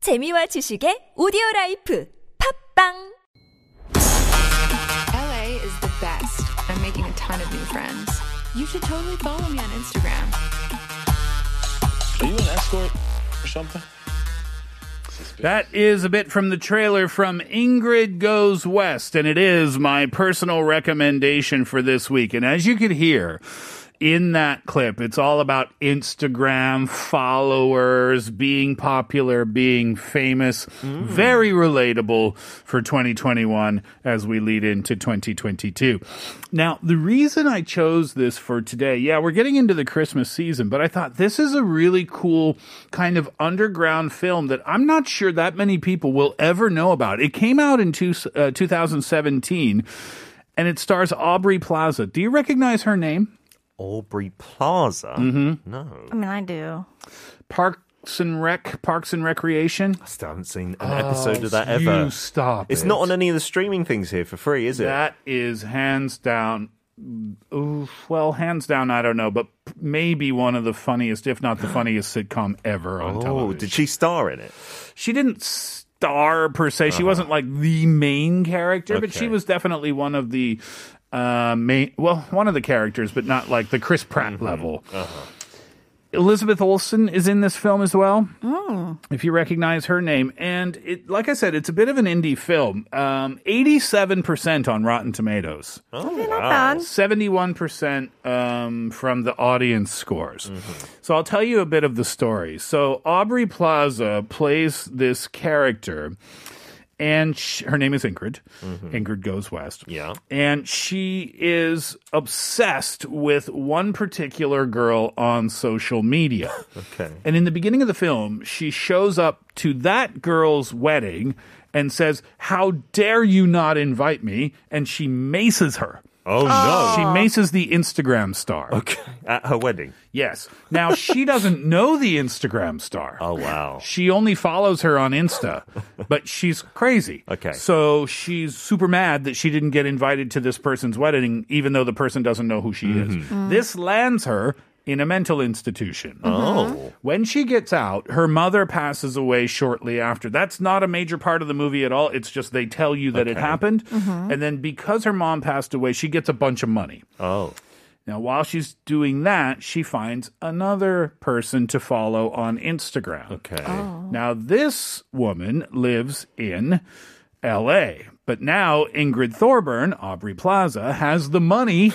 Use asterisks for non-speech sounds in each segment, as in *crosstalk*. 재미와 지식의 오디오 라이프 팝빵 LA is the best. I'm making a ton of new friends. You should totally follow me on Instagram. Are you an escort or something? That is a bit from the trailer from Ingrid Goes West, and it is my personal recommendation for this week. And as you could hear in that clip, it's all about Instagram followers, being popular, being famous. Very relatable for 2021 as we lead into 2022. Now, the reason I chose this for today, yeah, we're getting into the Christmas season, but I thought this is a really cool kind of underground film that I'm not sure that many people will ever know about. It came out in two, uh, 2017 and it stars Aubrey Plaza. Do you recognize her name? Aubrey Plaza. No, I mean, I do. Parks and Rec, Parks and Recreation? I still haven't seen an episode of that you ever. stop. It's it. not on any of the streaming things here for free, is it? That is hands down. Ooh, well, hands down, I don't know, but maybe one of the funniest, if *gasps* not the funniest, sitcom ever on oh, television. did she star in it? she didn't star per se. She wasn't like the main character, but she Uh-huh. Okay. was definitely one of the uh, main, well, one of the characters, but not like the Chris Pratt Mm-hmm. level. Uh-huh. Elizabeth Olsen is in this film as well, if you recognize her name. And it, like I said, it's a bit of an indie film. Um, 87% on Rotten Tomatoes. Oh, Not wow. bad. 71% um, from the audience scores. Mm-hmm. So I'll tell you a bit of the story. So Aubrey Plaza plays this character, and sh her name is Ingrid. Ingrid Goes West. Mm-hmm. Yeah. And she is obsessed with one particular girl on social *laughs* media. Okay. And in the beginning of the film, she shows up to that girl's wedding and says, How dare you not invite me? And she maces her. Oh, no. She maces the Instagram star. Okay. At her wedding. Yes. Now, *laughs* she doesn't know the Instagram star. Oh wow. She only follows her on Insta, but she's crazy. Okay. So she's super mad that she didn't get invited to this person's wedding, even though the person doesn't know who she is. This lands her in a mental institution. Mm-hmm. Oh. When she gets out, her mother passes away shortly after. That's not a major part of the movie at all. It's just they tell you that it happened. And then because her mom passed away, she gets a bunch of money. Oh. Now, while she's doing that, she finds another person to follow on Instagram. Okay. Now, this woman lives in LA, but now Ingrid Thorburn, Aubrey Plaza, has the money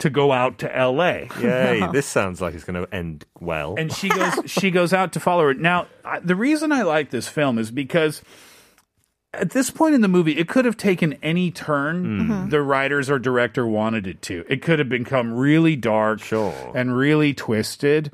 to go out to LA. Yay. This sounds like it's going to end well. And she goes she goes out to follow her. Now, I, the reason I like this film is because at this point in the movie, it could have taken any turn the writers or director wanted it to. It could have become really dark Sure. and really twisted,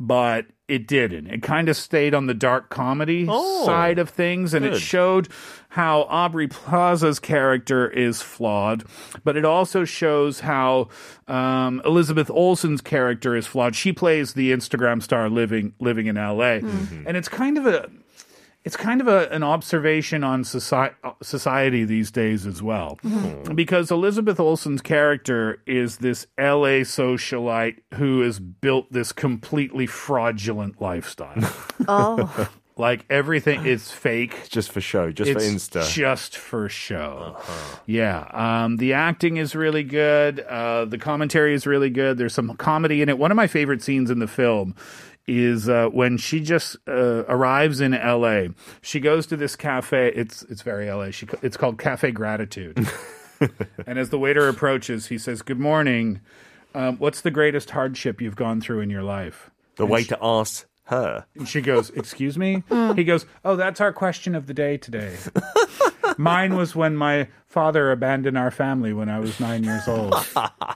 but it didn't. It kind of stayed on the dark comedy Oh, side of things, and it good. showed how Aubrey Plaza's character is flawed, but it also shows how um, Elizabeth Olsen's character is flawed. She plays the Instagram star living living in L.A., Mm-hmm. and it's kind of a it's kind of a, an observation on society, society these days as well. Because Elizabeth Olsen's character is this LA socialite who has built this completely fraudulent lifestyle. Oh, like everything is fake just for show. Just for it's Insta. Uh-huh. Just for show. Yeah. Um, the acting is really good. Uh, the commentary is really good. There's some comedy in it. One of my favorite scenes in the film is uh, when she just uh, arrives in LA. She goes to this cafe. It's it's very LA. She it's called Cafe *laughs* Gratitude. and as the waiter approaches, he says, "Good morning. Um, what's the greatest hardship you've gone through in your life?" the way to ask her. And she goes, Excuse me? He goes, Oh, that's our question of the day today. *laughs* Mine was when my father abandoned our family when I was nine years old. *laughs*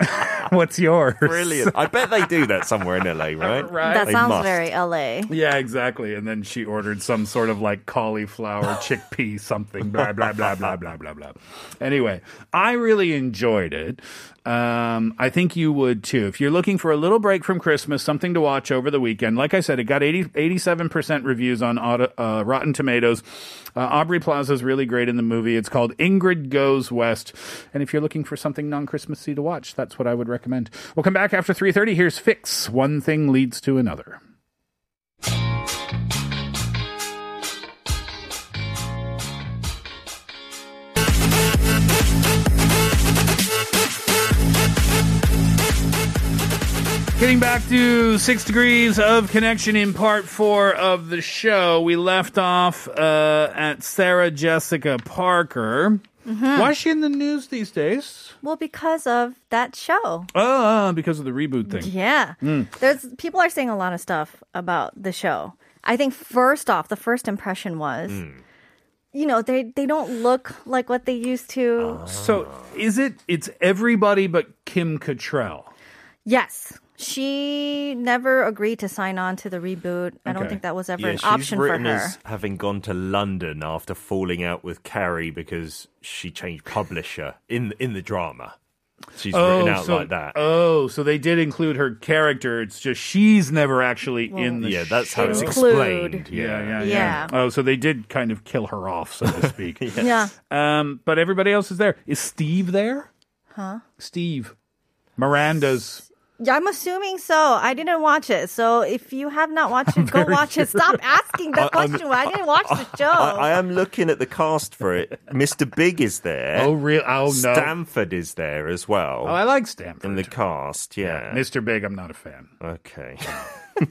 What's yours? Brilliant. I bet they do that somewhere in LA, right? *laughs* Right. that They sounds must. very LA. Yeah, exactly. And then she ordered some sort of like cauliflower, chickpea, something, blah, blah, blah, blah, blah, blah, blah. Anyway, I really enjoyed it. Um, I think you would too. If you're looking for a little break from Christmas, something to watch over the weekend, like I said, it got 80, 87% reviews on auto, uh, Rotten Tomatoes. Uh, Aubrey Plaza is really great in the movie. It's called Ingrid Goes West. And if you're looking for something non Christmassy to watch, that's what I would recommend. We'll come back after 3.30. Here's Fix. One thing leads to another. Getting back to Six Degrees of Connection in part four of the show, we left off uh, at Sarah Jessica Parker. Mm-hmm. Why is she in the news these days? Well, because of that show. Ah, Uh, because of the reboot thing. Yeah. Mm. There's people are saying a lot of stuff about the show. I think first off, the first impression was Mm. you know, they they don't look like what they used *laughs* to. Uh-huh. So is it? It's everybody but Kim Cattrall. Yes. She never agreed to sign on to the reboot. I don't Okay. think that was ever Yeah, an she's option for written her. as having gone to London after falling out with Carrie because she changed publisher in in the drama. She's written out Oh, so, like that. Oh, so they did include her character. It's just she's never actually in the yeah, that's how it's Include. explained. Yeah, yeah, yeah, Yeah. Oh, so they did kind of kill her off, so to speak. *laughs* Yeah. Um, but everybody else is there. Is Steve there? Huh? Steve. Miranda's. Yeah, I'm assuming so. I didn't watch it. So if you have not watched *laughs* it, go watch it. Stop asking that question. Why I didn't watch the show. Uh, I, I am looking at the cast for *laughs* it. Mr. Big is there. Oh, real. Oh, no. Stanford is there as oh, well I like in Stanford. the cast. Yeah. Mr. Big, I'm not a fan. Okay. *laughs*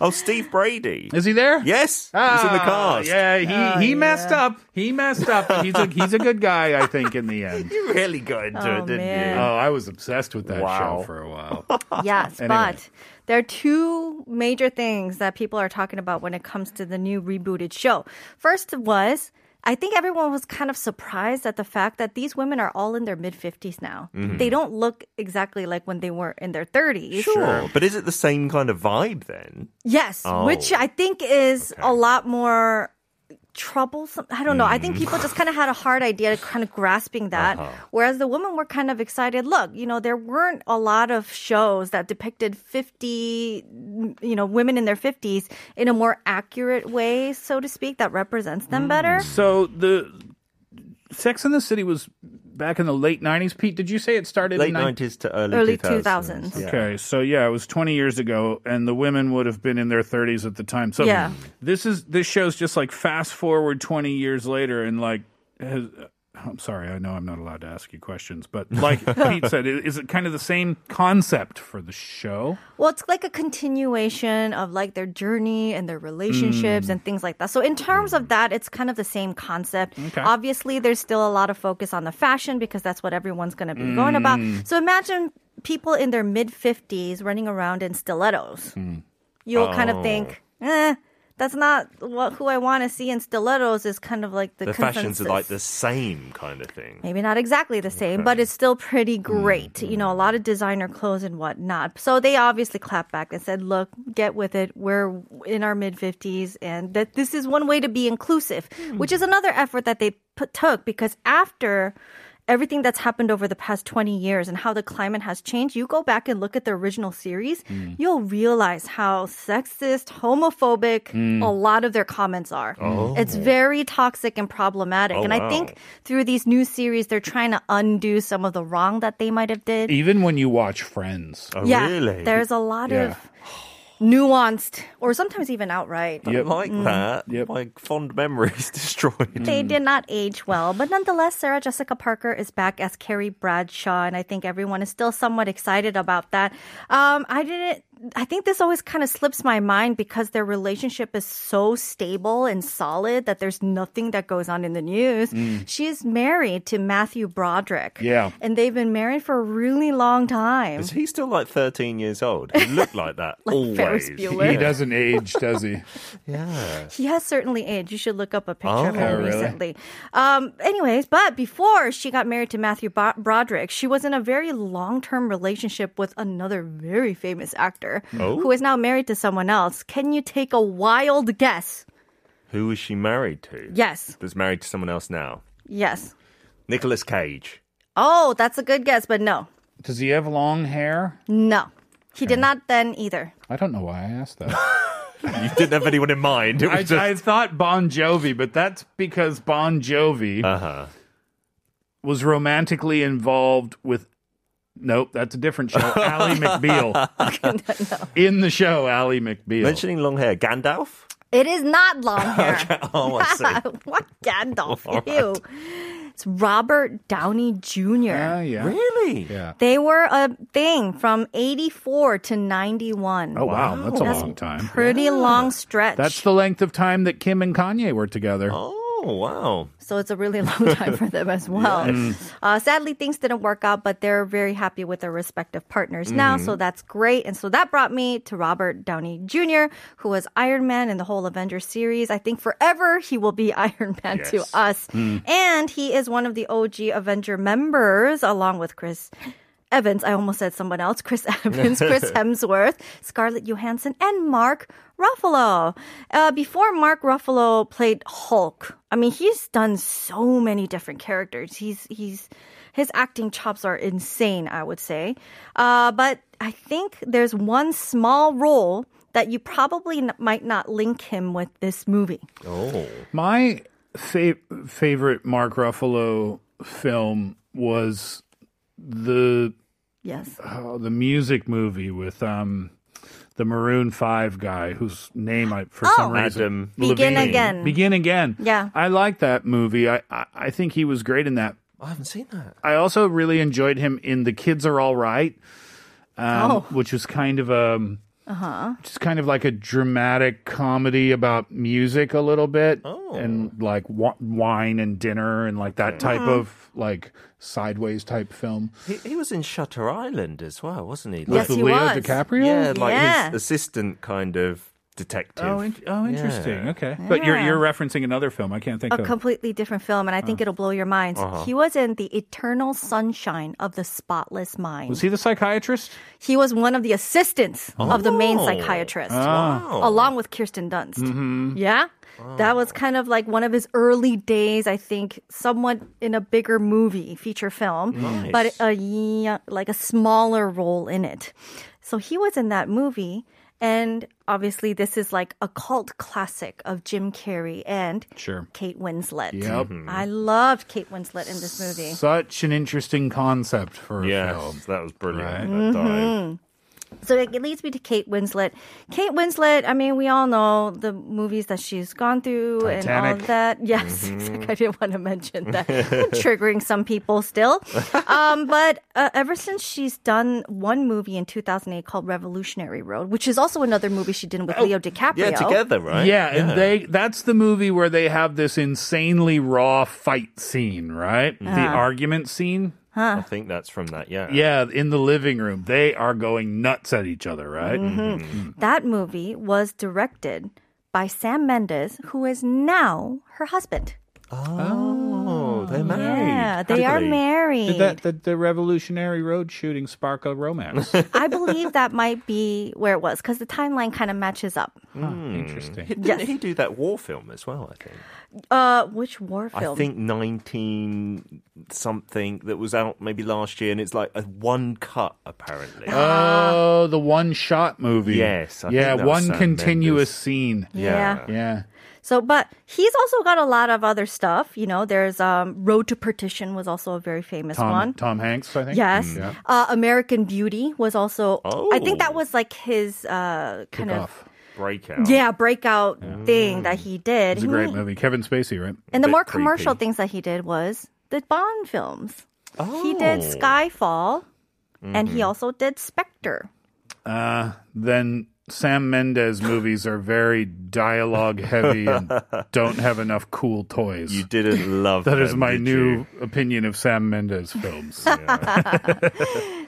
oh, Steve Brady. Is he there? Yes, he's in the Ah, cast. Yeah, he, he messed up. He messed up. but He's a he's a good guy, I think, in the *laughs* end. You really got into Oh, it, didn't man. Oh, I was obsessed with that Wow. show for a while. yes, Anyway. but there are two major things that people are talking about when it comes to the new rebooted show. First was I think everyone was kind of surprised at the fact that these women are all in their mid 50s now. They don't look exactly like when they were in their 30s. you? Sure. But is it the same kind of vibe then? Yes, Oh. which I think is a lot more troublesome. I don't know. I think people just kind of had a hard idea to kind of grasping that. Whereas the women were kind of excited. Look, you know, there weren't a lot of shows that depicted 50, you know, women in their 50s in a more accurate way, so to speak, that represents them better. So the Sex in the City was back in the late '90s. Pete, did you say it started Late in '90s? nineties to early Early 2000s. 2000s. Okay, so yeah, it was 20 years ago, and the women would have been in their 30s at the time. So Yeah. this is this show's just like fast forward 20 years later, and like, has, uh, I'm sorry, I know I'm not allowed to ask you questions, but like Pete said, i- is it kind of the same concept for the show? Well, it's like a continuation of like their journey and their relationships Mm. and things like that. So in terms of that, it's kind of the same concept. Obviously, there's still a lot of focus on the fashion because that's what everyone's going to be going about. Mm. So imagine people in their mid 50s running around in stilettos. Mm. You'll kind Oh. of think, eh, that's not what who I want to see in stilettos is kind of like The the, fashions are consensus like the same kind of thing. maybe not exactly the same, but it's still pretty Mm-hmm. great. You know, a lot of designer clothes and whatnot. So they obviously clapped back and said, look, get with it. We're in our mid 50s, and that this is one way to be inclusive, Hmm. which is another effort that they put, took because after. Everything that's happened over the past 20 years and how the climate has changed, you go back and look at the original series, Hmm. you'll realize how sexist, homophobic Hmm. a lot of their comments are. It's very toxic and problematic. Oh, and I wow. think through these new series, they're trying to undo some of the wrong that they might have did. Even when you watch Friends, Oh, yeah, really? there's a lot Yeah. of nuanced or sometimes even outright. I like mm-hmm. that. Yep. My fond memories *laughs* destroyed. They did not age well, but nonetheless, Sarah Jessica Parker is back as Carrie Bradshaw, and I think everyone is still somewhat excited about that. Um, I didn't. I think this always kind of slips my mind because their relationship is so stable and solid that there's nothing that goes on in the news. She is married to Matthew Broderick. Yeah. And they've been married for a really long time. Is he still like 13 years old? He looked like *laughs* that always. Ferris Bueller. he doesn't age, does he? Yeah. He has certainly aged. You should look up a picture of Oh, her really? recently. Um, anyways, but before she got married to Matthew Bo- Broderick, she was in a very long term relationship with another very famous actor Oh. who is now married to someone else. Can you take a wild guess? Who is she married to? Yes, That's married to someone else now. yes. Nicholas Cage. Oh, that's a good guess, but no, Does he have long hair? no. He did not then either. *laughs* I don't know why I asked that. You didn't have anyone in mind. *laughs* It was I, just. I thought Bon Jovi, but that's because Bon Jovi Uh-huh. was romantically involved with. Nope, that's a different *laughs* show. Ally McBeal. In the show, Ally McBeal. Mentioning long hair, *laughs* Gandalf? It is not long hair. Oh, I see. *laughs* what Gandalf? All right. Ew. It's Robert Downey Jr. Yeah, yeah. Really? Yeah. They were a thing from 84 to 91. Oh wow, that's a long time. Pretty long stretch. That's the length of time that Kim and Kanye were together. Oh wow. so it's a really *laughs* long time for them as well. Uh, sadly, things didn't work out, but they're very happy with their respective partners now, Mm-hmm. so that's great. And so that brought me to Robert Downey Jr., who was Iron Man in the whole Avengers series. I think forever he will be *laughs* Iron Man to Yes. us, Mm. and he is one of the OG Avenger members, along with Chris. Evans, I almost said someone *laughs* else, Chris Evans, Chris Hemsworth, Scarlett Johansson, and Mark Ruffalo. Uh, before Mark Ruffalo played Hulk, I mean, he's done so many different characters. He's, he's, his acting chops are insane, I would say. Uh, but I think there's one small role that you probably n- might not link him with this movie. Oh. My fa- favorite Mark Ruffalo film was the Yes. oh, the music movie with um the Maroon Five guy whose name I for some Oh. reason Adam Begin Levine. Again. Begin again. Yeah. I like that movie. I, I I think he was great in that. I haven't seen that. I also really enjoyed him in The Kids Are All Right, um, Oh. Uh-huh. which was kind of a. Just kind of like a dramatic comedy about music, a little bit, and like w- wine and dinner, and like that type Uh-huh. of like sideways type film. He, he was in Shutter Island as well, wasn't he? Like, Yes, With he Leo was. DiCaprio. yeah, like Yeah. his assistant kind of detective. Oh, in- oh, interesting. Yeah. Okay, but you're Yeah. you're referencing another film. I can't think a of. completely different film, and I Uh. think it'll blow your minds. Uh-huh. He was in The Eternal Sunshine of the Spotless Mind. was he the psychiatrist? he was one of the assistants of the Oh. main psychiatrist, Ah. Wow. along with Kirsten Dunst. Mm-hmm. Yeah. That was kind of like one of his early days, I think, somewhat in a bigger movie, feature film, but a y- like a smaller role in it. So he was in that movie, and obviously this is like a cult classic of Jim Carrey and Sure. Kate Winslet. Yep. I loved Kate Winslet in this movie. Such an interesting concept for a Yes, film. that was brilliant. Right. Mm-hmm. That dive. So it leads me to Kate Winslet. Kate Winslet, I mean, we all know the movies that she's gone through and Titanic. all of that. *laughs* Yes, exactly. I didn't want to mention that. *laughs* Triggering some people still. Um, but uh, ever since she's done one movie in 2008 called Revolutionary Road, which is also another movie she did with Leo DiCaprio. Yeah, together, right? Yeah, and they that's the movie where they have this insanely raw fight scene, right? The Uh-huh. argument scene. I think that's from that. Yeah. Yeah, in the living room. They are going nuts at each other, right? Mm-hmm. That movie was directed by Sam Mendes, who is now her husband. Oh, they're married. Yeah, they are happily. married. Did that the, the Revolutionary Road shooting spark a *laughs* romance? I believe that might be where it was because the timeline kind of matches up. Hmm. Interesting. Didn't Yes. he do that war film as well? I think. Uh, which war film? I think nineteen something that was out maybe last year, and it's like a one cut apparently. Uh, Oh, the one shot movie. Yes, I yeah, think that was one Sam continuous Mendes. scene. Yeah. Yeah. So, but he's also got a lot of other stuff. You know, there's um, Road to Perdition was also a very famous Tom one. Tom Hanks, I think. Yes. Yeah. Uh, American Beauty was also. I think that Oh. was like his uh, kind of Off. breakout. yeah breakout thing that he did. It's a He- great movie. Kevin Spacey, right? And the Bit more commercial creepy. things that he did was the Bond films. He did Oh. Skyfall, and Mm-hmm. he also did Spectre. then Sam *gasps* Mendes movies are very dialogue heavy *laughs* and don't have enough cool toys. You didn't love that is them, my did new you? opinion of Sam Mendes *laughs* films.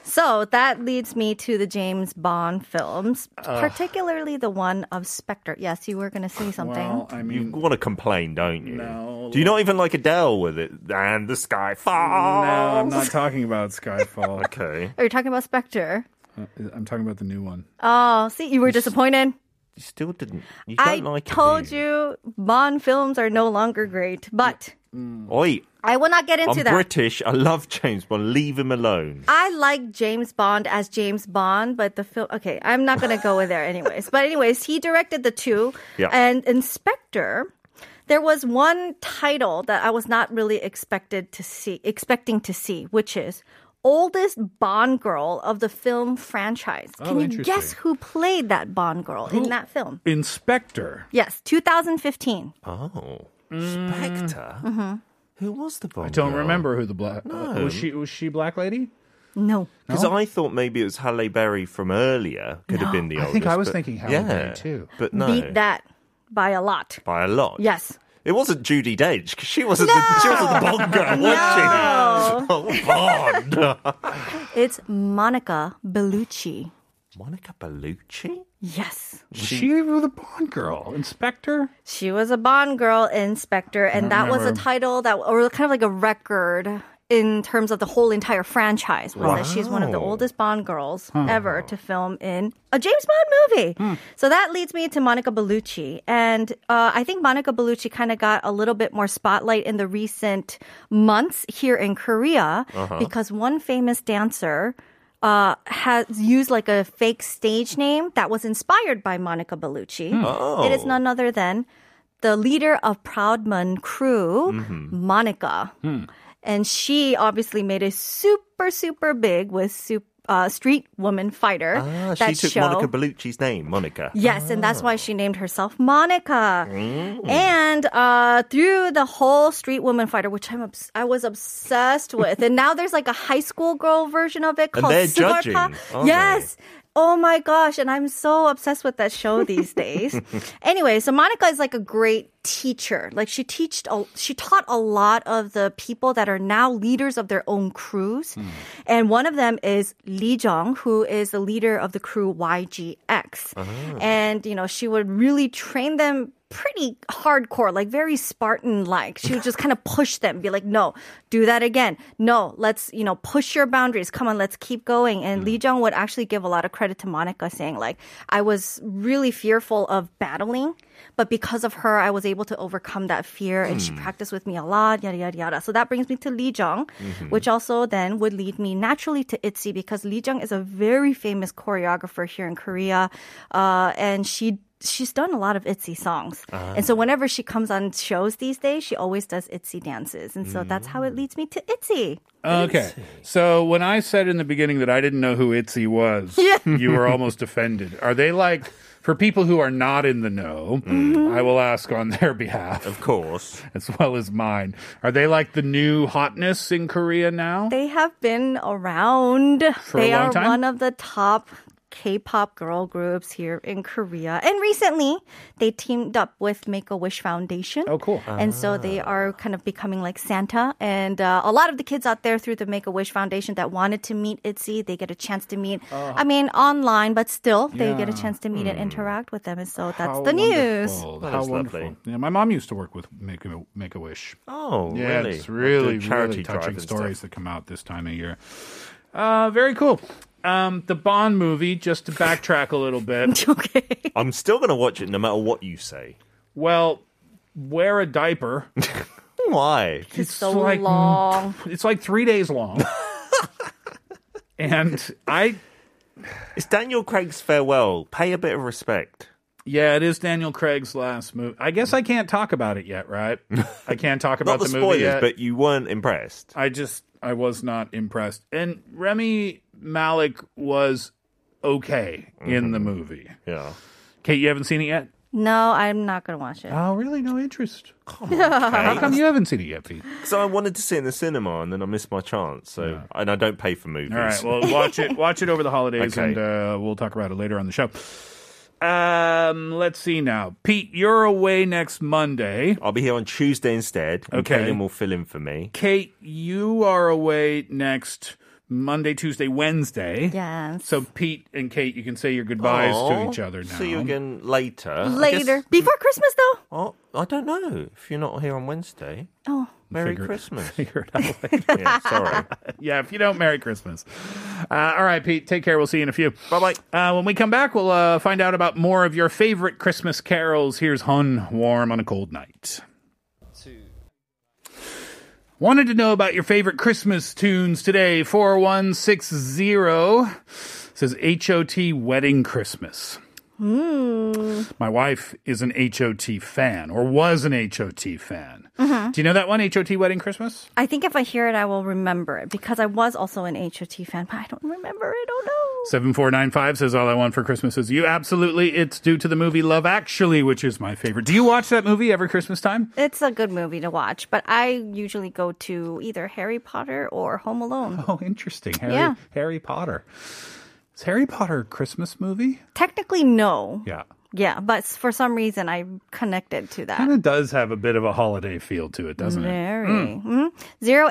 So that leads me to the James Bond films, particularly the one of Spectre. Yes, you were going to say something. well, I You mean, want to complain, don't you? No. Do you not even like Adele with it? And the sky no, falls. I'm not talking about Skyfall. *laughs* Okay. Are you talking about Spectre? I'm talking about the new one. Oh, see, you were disappointed. You still didn't. You don't I like it. told do you Bond films are no longer great, but Oi, I will not get I'm into that. British. I love James Bond. Leave him alone. I like James Bond as James Bond, but the film. Okay, I'm not gonna go with there, anyways. But anyways, he directed the two, Yeah. and Inspector. There was one title that I was not really expected to see, expecting to see, which is oldest Bond girl of the film franchise. Oh, Can you interesting. guess who played that Bond girl in that film? Inspector. Yes, 2015. Mm-hmm. Oh, Spectre. Who was the bomb? I don't girl? remember who the black was she was she black lady? No. Because I thought maybe it was Halle Berry from earlier. Could have been the I oldest. think I was but- thinking Halle yeah, Berry too. But no, Beat that by a lot. by a lot. Yes. It wasn't Judy Dench 'cause she wasn't the, she wasn't the Bond girl, was she? Oh, Bond. It's Monica Bellucci. Monica Bellucci. Yes. Was she, the Bond girl, Inspector? She was a Bond girl inspector, and that was a remember. title that, or kind of like a record in terms of the whole entire franchise, was that she's one of the Wow. oldest Bond girls ever to film in a James Bond movie. So that leads me to Monica Bellucci, and uh, I think Monica Bellucci kind of got a little bit more spotlight in the recent months here in Korea because one famous dancer. Uh, has used like a fake stage name that was inspired by Monica Bellucci. It is none other than the leader of Proudman crew, Mm-hmm. Monica. And she obviously made it super, super big with sup- uh, Street Woman Fighter. Ah, she that took show. Monica Oh. Bellucci's name, *laughs* Monica. Yes, and that's why she named herself Monica. Mm. And uh, through the whole Street Woman Fighter, which I'm obs- I was obsessed with, and now there's like a high school girl version of it And called they're Sugar judging, Pa- aren't Yes. Oh my gosh, and I'm so obsessed with that show these days. *laughs* anyway, so Monica is like a great teacher. Like she teached a, she taught a lot of the people that are now leaders of their own crews. Hmm. And one of them is Lee Jong, who is the leader of the crew YGX. Uh-huh. And you know, she would really train them pretty hardcore, like very Spartan like. She would just kind of push them, be like, no, do that again. No, let's, you know, push your boundaries. Come on, let's keep going. And Lee Jong would actually give a lot of credit to Monica saying, like, I was really fearful of battling, but because of her, I was able to overcome that fear and she practiced with me a lot, yada, yada, yada. So that brings me to Lee Jong, which also then would lead me naturally to ITZY because Lee Jong is a very famous choreographer here in Korea. Uh, and she she's done a lot of ITZY songs. Ah. And so whenever she comes on shows these days, she always does ITZY dances. And so that's how Mm. it leads me to ITZY. Okay. So when I said in the beginning that I didn't know who Itzy was, *laughs* you were almost offended. Are they like for people who are not in the know, I will ask on their behalf Of course. as well as mine. Are they like the new hotness in Korea now? They have been around. For a they long are time? one of the top K-pop girl groups here in Korea. And recently, they teamed up with Make-A-Wish Foundation. Oh, cool. And so they are kind of becoming like Santa. And uh, a lot of the kids out there through the Make a Wish Foundation that wanted to meet ITZY, they get a chance to meet. I mean, online, but still, they get a Yeah. chance to meet and interact with them. And so that's How the news. wonderful. That How is wonderful. lovely. Yeah, my mom used to work with Make a, Make a Wish. Oh, Yeah, really? it's really, Do charity really touching drive and stuff. stories *laughs* that come out this time of year. Uh, very cool. Um, the Bond movie, just to backtrack a little *laughs* bit. okay. *laughs* I'm still going to watch it no matter what you say. Well, wear a diaper. Why? It's so long. It's like three days *laughs* long. and I, It's Daniel Craig's farewell. Pay a bit of respect. yeah, it is Daniel Craig's last movie. I guess I can't talk about it yet, right? I can't talk *laughs* Not about the, the, spoilers, movie yet. but you weren't impressed. I just I was not impressed. And Remy Malik was okay in the Mm-hmm. movie. Yeah. Kate, you haven't seen it yet? No, I'm not going to watch it. Oh, really? No interest. How Okay. come you haven't seen it yet, Pete? So I wanted to see it in the cinema, and then I missed my chance. So, and I don't pay for movies. All right, well, watch it. Watch it over the holidays, Okay. and uh, we'll talk about it later on the show. Um, let's see now, Pete. You're away next Monday. I'll be here on Tuesday instead. and Okay. Kaylin will fill in for me. Kate, you are away next Monday, Tuesday, Wednesday. Yes. So Pete and Kate, you can say your goodbyes to Aw, each other now. See you again later. I guess- Later. Before Christmas, though? Oh, I don't know if you're not here on Wednesday. Oh. Merry Figure- *laughs* Christmas. Figure it out. *laughs* yeah, *laughs* sorry. yeah, if you don't, Merry Christmas. Uh, all right, Pete, take care. We'll see you in a few. Bye bye. Uh, when we come back, we'll uh, find out about more of your favorite Christmas carols. Here's Hun Warm on a Cold Night. Wanted to know about your favorite Christmas tunes today. 4160 says HOT Wedding Christmas. hmm. My wife is an HOT fan, or was an HOT fan. Do you know that one, HOT Wedding Christmas? I think if I hear it, I will remember it because I was also an HOT fan, but I don't remember. Oh, I don't know. 7495 says, All I want for Christmas is you. Absolutely. It's due to the movie Love Actually, which is my favorite. Do you watch that movie every Christmas time? It's a good movie to watch, but I usually go to either Harry Potter or Home Alone. Oh, interesting. Harry, Yeah. Harry Potter. Is Harry Potter a Christmas movie? Technically, no. Yeah. Yeah, but s- for some reason, I connected to that. Kind of does have a bit of a holiday feel to it, doesn't Mm-hmm. it? Very. 음.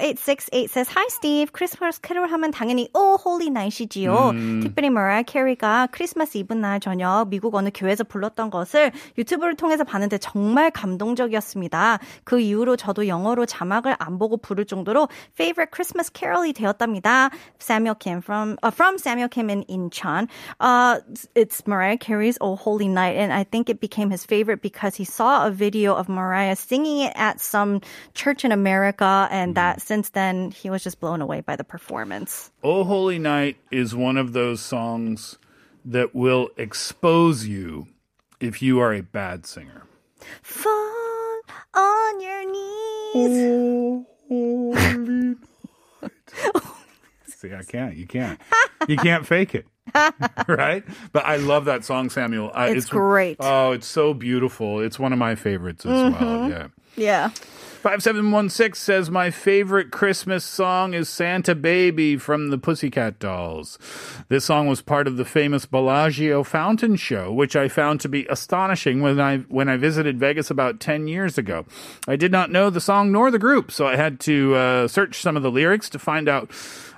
0868 says, Hi Steve, 크리스마스 캐롤 하면 당연히 Oh Holy Night이지요. 특별히 Mariah Carey가 크리스마스 이브날 저녁 미국 어느 교회에서 불렀던 것을 유튜브를 통해서 봤는데 정말 감동적이었습니다. 그 이후로 저도 영어로 자막을 안 보고 부를 정도로 favorite Christmas carol이 되었답니다. Samuel Kim from uh, from Samuel Kim in Incheon. Uh, it's Mariah Carey's "Oh Holy Night," and I think it became his favorite because he saw a video of Mariah singing it at some church in America, and that since then he was just blown away by the performance. Oh Holy Night is one of those songs that will expose you if you are a bad singer. Fall on your knees. See, I can't. You can't. You can't fake it. *laughs* right? But I love that song, Samuel. I, It's great. Mm-hmm. Oh, it's so beautiful. It's one of my favorites as well. Yeah. Yeah. 5716 says, My favorite Christmas song is Santa Baby from the Pussycat Dolls. This song was part of the famous Bellagio Fountain Show, which I found to be astonishing when I, when I visited Vegas about 10 years ago. I did not know the song nor the group, so I had to uh, search some of the lyrics to find out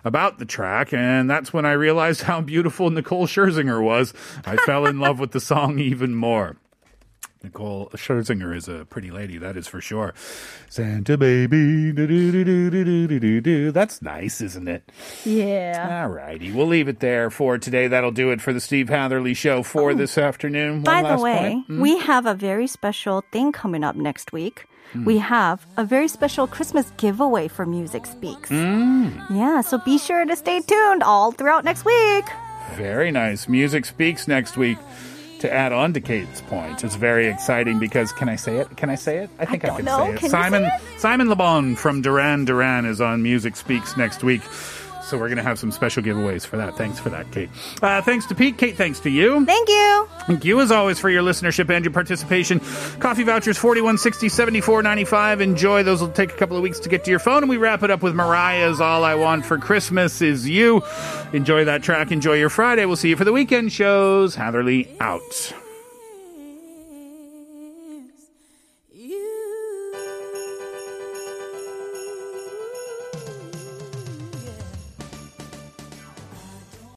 about the track, and that's when I realized how beautiful Nicole Scherzinger was. I fell in love with the song even more. Nicole Scherzinger is a pretty lady, that is for sure. Santa baby, do-do-do-do-do-do-do. that's nice, isn't it? Yeah. All righty, we'll leave it there for today. That'll do it for the Steve Hatherley Show for this afternoon. One Oh. By the last way, point. Hmm? we have a very special thing coming up next week. Hmm. We have a very special Christmas giveaway for Music Speaks. Hmm. Yeah, so be sure to stay tuned all throughout next week. Very nice. Music speaks next week. To add on to Kate's point, it's very exciting because can I say it? Can I say it? I think I, don't can know. say it. Can you Simon say Simon LeBon from Duran Duran is on Music Speaks next week. So we're going to have some special giveaways for that. Thanks for that, Kate. Uh, thanks to Pete. Kate, thanks to you. Thank you. Thank you, as always, for your listenership and your participation. Coffee vouchers 4160, 7495. Enjoy. Those will take a couple of weeks to get to your phone. And we wrap it up with Mariah's All I Want for Christmas Is You. Enjoy that track. Enjoy your Friday. We'll see you for the weekend shows. Hatherley out.